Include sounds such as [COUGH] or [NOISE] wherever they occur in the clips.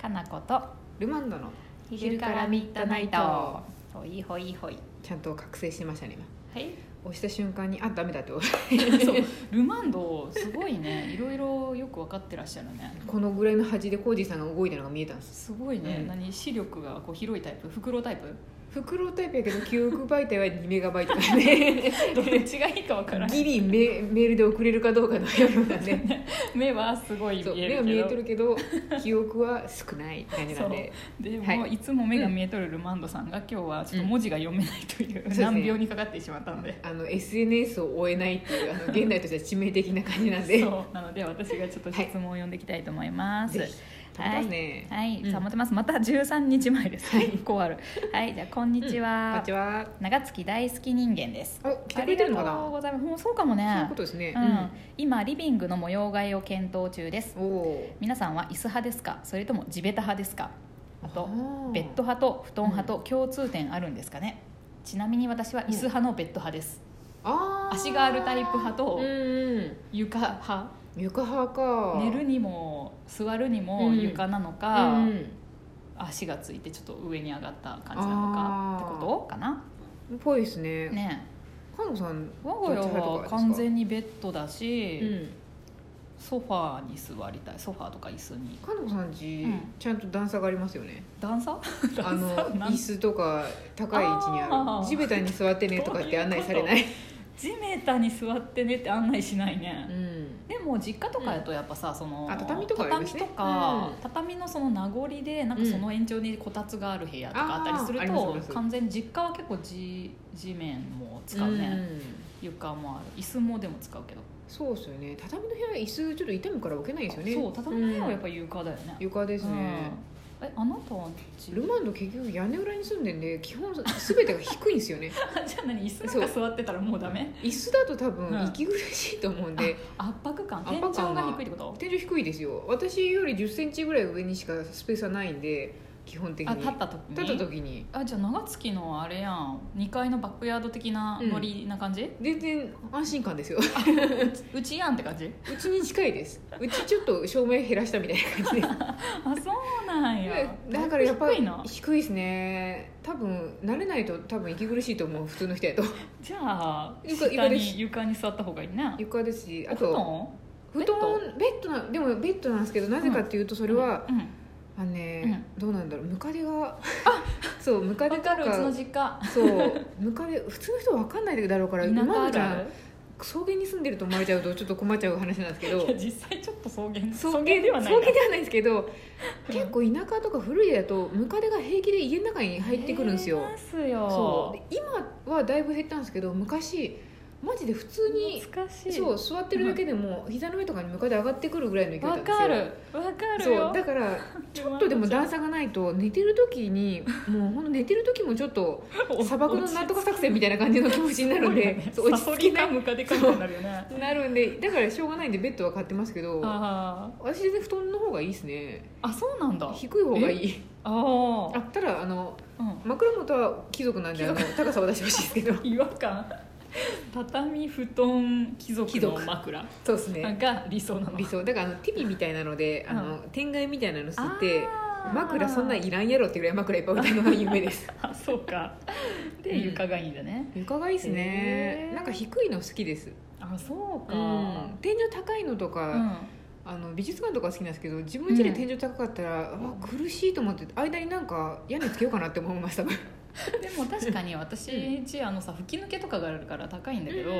かなことルマンドの昼からミッドナイトほいほいほいちゃんと覚醒しましたね今はい押した瞬間にあダメだってそうルマンドすごいねいろいろよく分かってらっしゃるねこのぐらいの端でコージーさんが動いたのが見えたんですすごいね、うん何視力がこう広いタイプ袋タイプ袋タイプやけど記憶媒体は2メガバイトだね [LAUGHS] どっちがいいか分からないギリメメールで送れるかどうかのような [LAUGHS] ね目はすごいそう見え目るは見えとけどるけど記憶は少ない感じなんででも、、はいつも目が見えとるルマンドさんが今日はちょっと文字が読めないといううん難病にかかってしまったので。あの SNS を追えないっていうあの現代としては致命的な感じなんでそうなので私がちょっと質問を読んでいきたいと思います。ぜひ食べますね、はい、うんさあ持ってます。また13日前です。はいこうある。はい、じゃあこんにちこんはにち。は長月大好き人間です。お来てあくれりてがるのかとうなございます。もうそうかもそういうねこ。とですね、うん、今リビングの模様替えを検討中です。うんお皆さんは椅子派ですか、それとも地べた派ですか。あとおベッド派と布団派と共通点あるんですかね、ちなみに私は椅子派のベッド派です、あー足があるタイプ派とうんうん床派床派か寝るにも座るにもうん床なのか、うん足がついてちょっと上に上がった感じなのかってことかなうんぽいですねねかのさんえ我が家どっち派とかはですか完全にベッドだうし、んソファーに座りたいソファーとか椅子にかのさんち、うんちゃんと段差がありますよね段差あの [LAUGHS] 段差なん椅子とか高い位置にああーる地べたに座ってねとかって案内されない地べたに座ってねって案内しないね、うんでも実家とかやとやっぱさ、そのあ畳とかありま畳すねとかう畳のその名残でなんかその延長にこたつがある部屋とかあったりすあーあるりますあとり、ます完全に実家は結構地地面も使うね、ん床もある椅子もでも使うけど、そうですよね畳の部屋椅子ちょっと痛むから置けないですよねそう畳の部屋はやっぱ、ぱ床だよね、うん床ですね、うんえあなたはちルマンド結局屋根裏に住んでんで基本全てが低いんですよ [LAUGHS] ねじゃあ何椅子なんか座ってたらもうダメ椅子だと多うん分息苦しいと思うんで、圧迫感圧天井迫感はが低いってこと天井低いですよ私より1 0ンチぐらい上にしかスペースはないんで基本的にあ立った時に立った時にあじゃあ長月のあれやん2階のバックヤード的なノリな感じ、全然安心感ですようちやんって感 [LAUGHS] じうちに近いですうちちょっと照明減らしたみたいな感じであそうなんや [LAUGHS] だからやっぱ低いな低いですね多分慣れないと多分息苦しいと思う普通の人やとじゃあ床下床でにす床に座った方がいいな床ですしあ布と団布団ベッドなでもベッドなんですけどなぜかっていうとそれは、うん、あのね、どうなんだろうムカデがそうムカデ分とかかるうちの実家そうムカデ普通の人分かんないだろうから田舎今あのちるゃあん草原に住んでると思われちゃうとちょっと困っちゃう話なんですける [LAUGHS] どいや実際ちょっと草原草原ではない草原草原ではないんですけど結構田舎とか古い家だとムカデが平気で家の中に入ってくるんですよいますよそうで今はだいぶ減ったんですけど昔マジで普通に懐かしいそう座ってるだけでも膝の上とかにムカデ上がってくるぐらいの勢いな分んですよかる分かるそようだからちょっとでも段差がないと寝てる時にもうほんと寝てる時もちょっと砂漠のなんとか作戦みたいな感じの気持ちになるんでそそうう落落ち着ち着ききなないムカデ感になるよねなるんでだからしょうがないんでベッドは買ってますけどあ私全然布団の方がいいですねーあそうなんだ低い方がいいあーあただあのうん枕元は貴族なんであの高さは出してほしい [LAUGHS] ですけど違和感畳布団貴族貴の族枕そうですなんねか理想なの理想だからあのティビみたいなのであの、天蓋みたいなの吸ってあー枕そんなんいらんやろってぐらい枕いっぱい置いてるのが夢です [LAUGHS] あそうかでうん床がいいんだね、床がいいですねへーなんか低いの好きですあそうか、うん天井高いのとうか、んあの美術館とか好きなんですけど自分家で天井高かったら、うんうわ苦しいと思って間になんか屋根つけようかなって思いましただでも確かに私家あのさ吹き抜けとかがあるから高いんだけど、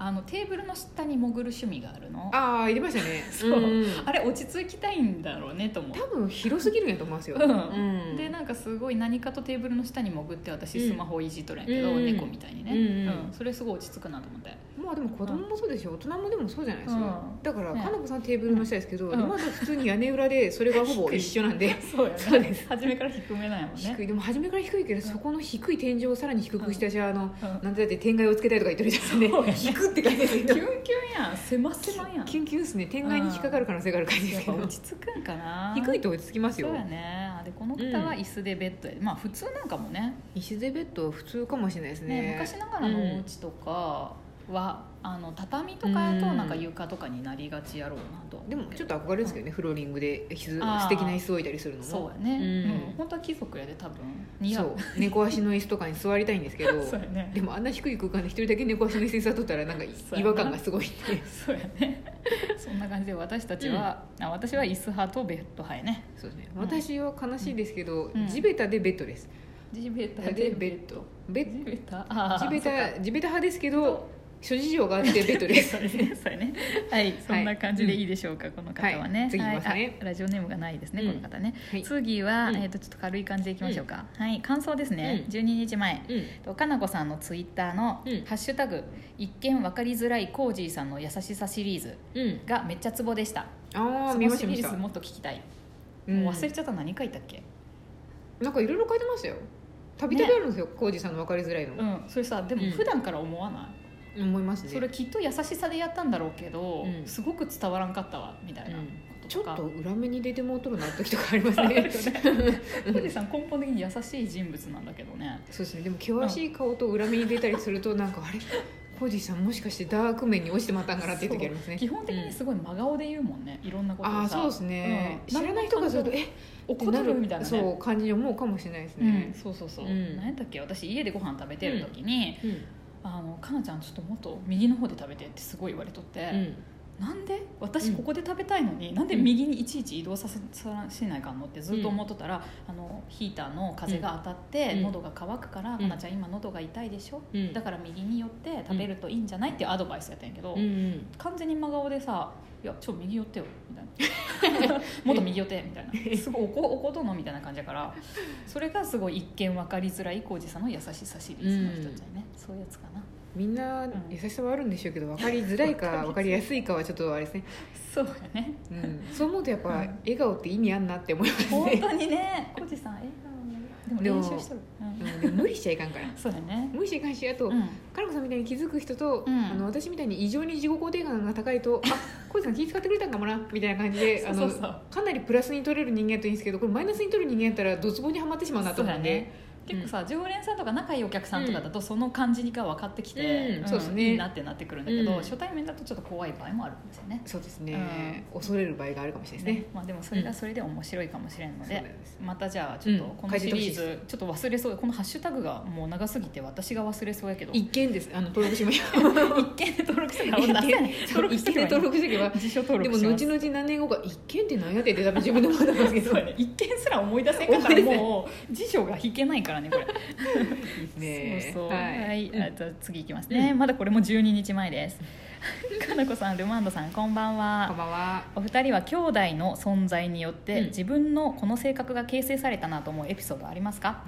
あのテーブルの下に潜る趣味があるのあああ入れましたねそうんれ落ち着きたいんだろうねと思う多分広すぎるんやと思いますよ、うんんでなんかすごい何かとテーブルの下に潜って私スマホいじっとるんやけど、うん猫みたいにね、うんうんそれすごい落ち着くなと思ってまあでも子供もそうですし大人もでもそうじゃないですか、うんだからねかなこさんテーブルの下ですけど、うん今まで普通に屋根裏でそれがほぼ一緒なんでそうやねそうです初めから低めなんやもんね低いでも初めから低いけどそこの低い天井をさらに低くしたし、あのうんなんてだって天蓋をつけたいとか言ってるじゃんねそうやね低くって感じですキュけンキ [LAUGHS] どュンやん狭狭やんキュンキュンっすね天蓋に引っかかる可能性がある感じでやっすけぱど落ち着くんかな低いと落ち着きますよそうやねでこの方は椅子でベッドで、まあ普通なんかもね石でベッドは普通かもしれないですねね昔ながらのお家とか、はあの畳とかやとうんなんか床とかになりがちやろうなとは思うけでどもちょっと憧れですけどね、フローリングで椅子あー素敵な椅子置いたりするのもそうやね、うんうん本当は貴族やで多分似合そうう猫足の椅子とかに座りたいんですけ [LAUGHS] どそうやねでもあんな低い空間で一人だけ猫足の椅子に座っとったらなんかいそう違やな和感がすごいんでそうやねそんな感じで私たちは、あ私は椅子派とベッド派やね [LAUGHS] そうですねうん私は悲しいですけど、うん地べたでベッドです地べたでベッドベ地ッべたあー地べそた地べた派ですけそど諸事情があってベッドうでかす [LAUGHS] そうですねそうやねはいそんな感じでいいでしょうか、この方はね、はい次いきますねはいあラジオネームがないですね、うんこの方ね、はい次は、うんえー、とちょっと軽い感じでいきましょうか、はい感想ですね、うん12日前うんとかなこさんのツイッターのうん「ハッシュタグ一見わかりづらいコージーさんの優しさ」シリーズうんがめっちゃツボでしたああそ見のましシた見リまーしズたもっと聞きたい、うんもう忘れちゃった何書いたっけなんかいろいろ書いてましたよたびたびあるんですよ浩二さんの分かりづらいの、うんそれさでもうん普段から思わない、思いますねそれきっと優しさでやったんだろうけど、うんすごく伝わらんかったわみたいなうこんちとょとか、っと裏目に出てもうとるな時とかありますあ [LAUGHS] るよねね浩二さん根本的に優しい人物なんだけど [LAUGHS] ねそうですねでも険しい顔と裏目に出たりするとなんかあれ浩二さんもしかしてダーク面に落ちてまったんかなっていう時ありますね基本的にすごい真顔で言うもんね、いろんなことをあさあそうですね、うん知らない人がするとえっ怒ってるみたいなねそう感じに思うかもしれないですうん、ね、そうそうそう、うなんん、何やったっけ私家でご飯食べてる時にうん「あのかなちゃんちょっともっと右の方で食べて」ってすごい言われとって、なんで私ここで食べたいのに、なんで右にいちいち移動させさせないかんのってずっと思っとったら、あのヒーターの風が当たって、うん喉が渇くから、んかなちゃん今喉が痛いでしょ、うんだから右に寄って食べるといいんじゃないっていうアドバイスやったんやけど、うんうん完全に真顔でさ「いやちょ右寄ってよ」みたい [LAUGHS] な「もっと右寄って」みたいな「すごいおこおことの」みたいな感じだからそれがすごい一見分かりづらい浩二さんの優しさシリーズの一つやね、そういうやつかなみんな優しさはあるんでしょうけど分かりづらいか分かりやすいかはちょっとあれですね、そうやねうん、そう思うとやっぱうん笑顔って意味あんなって思います本ね、当にね浩二さん笑顔ででもも練習しとる、うんうん、でも無理しちゃいかんからそうやね無理しちゃいかんしあと、うんかなこさんみたいに気づく人と、うんあの私みたいに異常に自己肯定感が高 [LAUGHS] いとあこいさん気遣ってくれたんかもなみたいな感じであそのうそうそうかなりプラスに取れる人間やといいんですけどこれマイナスに取る人間やったらドツボにはまってしまうなとそう思うやんでね結構さ、常連さんとか仲いいお客さんとかだとその感じが分かってきて、うんそうですねいいなってなってくるんだけど、うん初対面だとちょっと怖い場合もあるんですよねそうですね、恐れる場合があるかもしれないですねねまあ、でもそれがそれで面白いかもしれんのそうなでん、ですまたじゃあちょっとうんこのシリーズ、書いちょっと忘れそうこのハッシュタグがもう長すぎて私が忘れそうやけど一見ですあの登録しましょう一件で登録したから一見登録し一て見で登録してけば辞書登で録もします後々何年後か一見って何やってって多分自分で思ったんですけどそうやね一見すら思い出せんかったらも [LAUGHS] う辞書が引けないからねこれねそうそうはい、はい、あじゃあ次いきますね、まだこれも12日前ですかなこさんルマンドさんこんばん [LAUGHS] こんはばんはお二人は兄弟の存在によって、うん自分のこの性格が形成されたなと思うエピソードありますか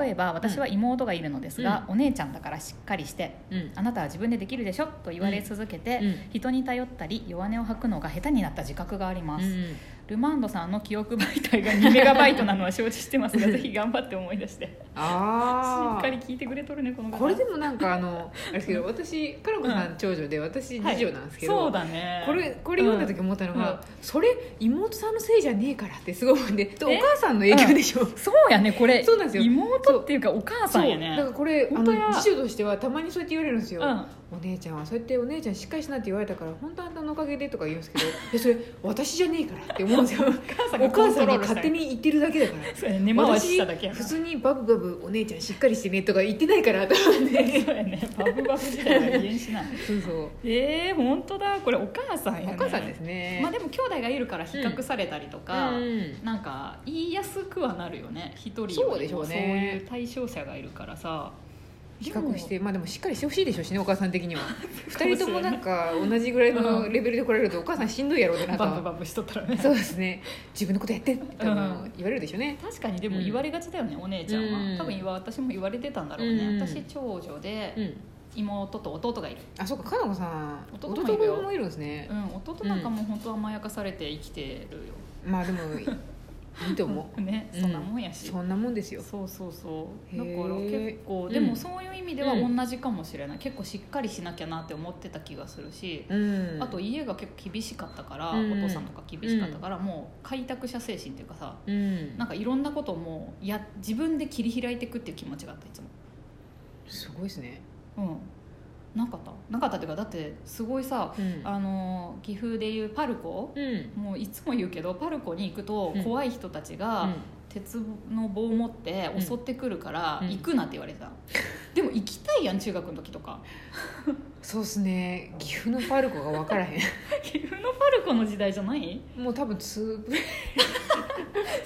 例えば私は妹がいるのですが、お姉ちゃんだからしっかりしてうんあなたは自分でできるでしょと言われ続けて、うん人に頼ったり弱音を吐くのが下手になった自覚があります、うんルマンドさんの記憶媒体が2メガバイトなのは承知してます [LAUGHS] がぜひ頑張って思い出してしああっかり聞いてくれとるねこの方これでもなんかあのあれですけど私かなこさん長女で私はい次女なんですけど、そうだねこれこれ読んだ時思ったのが、うんうんそれ妹さんのせいじゃねえからってすごい思うんでおえ母さんの影響でしょ、そうやねこれそうなんですよ妹っていうかお母さそんうやだからねこれあ本の当や次女としてはたまにそうやって言われるんですよ、うんお姉ちゃんはそうやってお姉ちゃんしっかりしなって言われたから本当あんたのおかげでとか言うんですけどいやそれ私じゃねえからって思うん [LAUGHS] ですよお母さんおがコ母ンさトんローがルした勝手に言ってるだけだからそうやね根回ししただけやな私普通にバブバブお姉ちゃんしっかりしてねとか言ってないからと思ってそうやねバブバブ時代は原始 [LAUGHS] なのそうそうえー、本当だこれお母さんや、ね、お母さんですね、まあでも兄弟がいるから比較されたりとか、うんなんか言いやすくはなるよね一人よりそうでしょもうそうねいう対象者がいるからさ比較しでてまあでもしっかりしてほしいでしょうしねお母さん的に [LAUGHS] は2人ともなんか同じぐらいのレベルで来られるとお母さんしんどいやろうってなもんバブバかブしとったらねそうですね自分のことやってって多う分言われるでしょうね確かにでも言われがちだよね、お姉ちゃんは、うん多分言わ私も言われてたんだろうね、うん私長女でうん妹と弟がいる、あそうかかなこさん弟も弟いるよもいるんですねうん、弟なんかもう本当甘やかされて生きてるよ、まあでもいいと思う [LAUGHS] ねそんなもんやし、そんなもんですよそうそうそうだへからー結構うんでもそういう意味ではうん同じかもしれない、結構しっかりしなきゃなって思ってた気がするし、うんあと家が結構厳しかったから、うんお父さんとか厳しかったから、もう開拓者精神っていうかさうんなんかいろんなことをもうや自分で切り開いていくっていう気持ちがあったいつも、すごいですねうん、なかったなかったっていうかだってすごいさうんあの岐阜でいうパルコうんもういつも言うけどパルコに行くとうん怖い人たちが、鉄の棒を持って襲ってくるからうん行くなって言われてた、でも行きたいやん中学の時とかそうっすね岐阜のパルコが分からへ [LAUGHS] 岐阜のパルコの時代じゃないんもう多分つ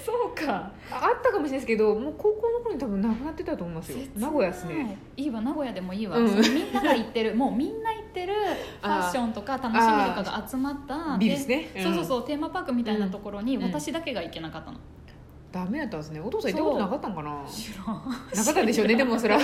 そうかああったかもしれないですけどもう高校の頃に多分なくなってたと思いますよ名古屋ですねいいわ名古屋でもいいわ、うんそのみんなが行って [LAUGHS] るもうみんな行ってるファッションとか楽しみとかが集まったビルですね、でそうそううんそうテーマパークみたいなところにうん私だけが行けなかったの、ダメだったんですねお父さん行ったことなかったん [LAUGHS] かな知らんなかったんでしょうねでも [LAUGHS] それは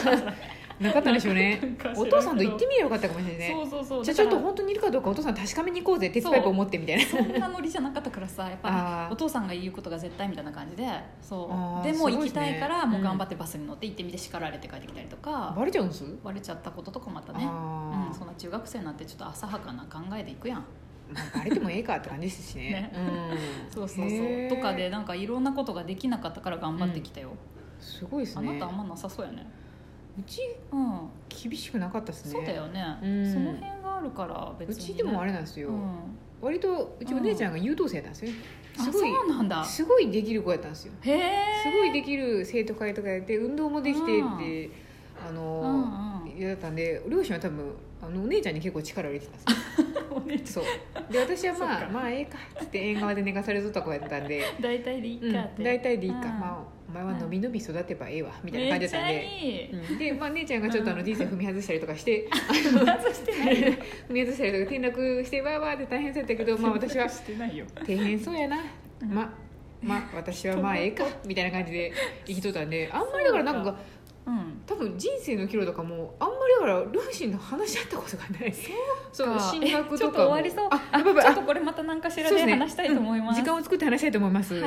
なかったんでしょうねなんか知らけどお父さんと行ってみればよかったかもしれないねそうそうそうじゃあちょっだとから本当にいるかどうかお父さん確かめに行こうぜ鉄パイプを持ってみたいなそんなノリじゃなかったからさやっぱあーお父さんが言うことが絶対みたいな感じでそうあーでもす行ごいきですねたいからもう頑張ってバスに乗って行ってみて叱られて帰ってきたりとか、バレちゃうんすバレちゃったこととかもあったねあうん、ーそんな中学生になってちょっと浅はかな考えでいくやんまあバレてもええかって感じですしねねうん、 [LAUGHS] そうそうそうへーとかでなんかいろんなことができなかったから頑張ってきたよ、すごいですあねなたあんまなさそうやねうちうん厳しくなかったですねそうだよね、うんその辺があるから別うにね、ちでもあれなんですよ、うん割とうちお姉ちゃんが優等生なんですよね、あすごいそうなんだすごいできる子やったんですよへえすごいできる生徒会とかやって運動もできてうんってあうんの嫌だったんで両親は多分あのお姉ちゃんに結構力を入れてたんですようん、お姉ち [LAUGHS] そうで私はそまうあかまあええかっつって縁側で寝かされとった子やったんで、ゃん [LAUGHS] 大体でいいうんかって、、大体でいいか、うんまあお前はのびのび育てばええわみたいな感じだったんめっちで、ゃいい、うんで、まあ、姉ちゃんがちょっとあうのん人生踏み外したりとかして [LAUGHS] 外してない踏み外したりとか転落してわーわーって大変そうやったけど、 [LAUGHS] まあ、私はしてないよ底辺そうやなうんまま私はまあええかみたいな感じで生きとったんであんまりだからなんそうかうん多分人生の岐路とかもあんまりだから両親の話し合ったことがないそうか進学とかもちょっと終わりそうああやばいやばいちょっとこれまた何かしらそうでですね話したいと思います時間を作って話したいと思います、はい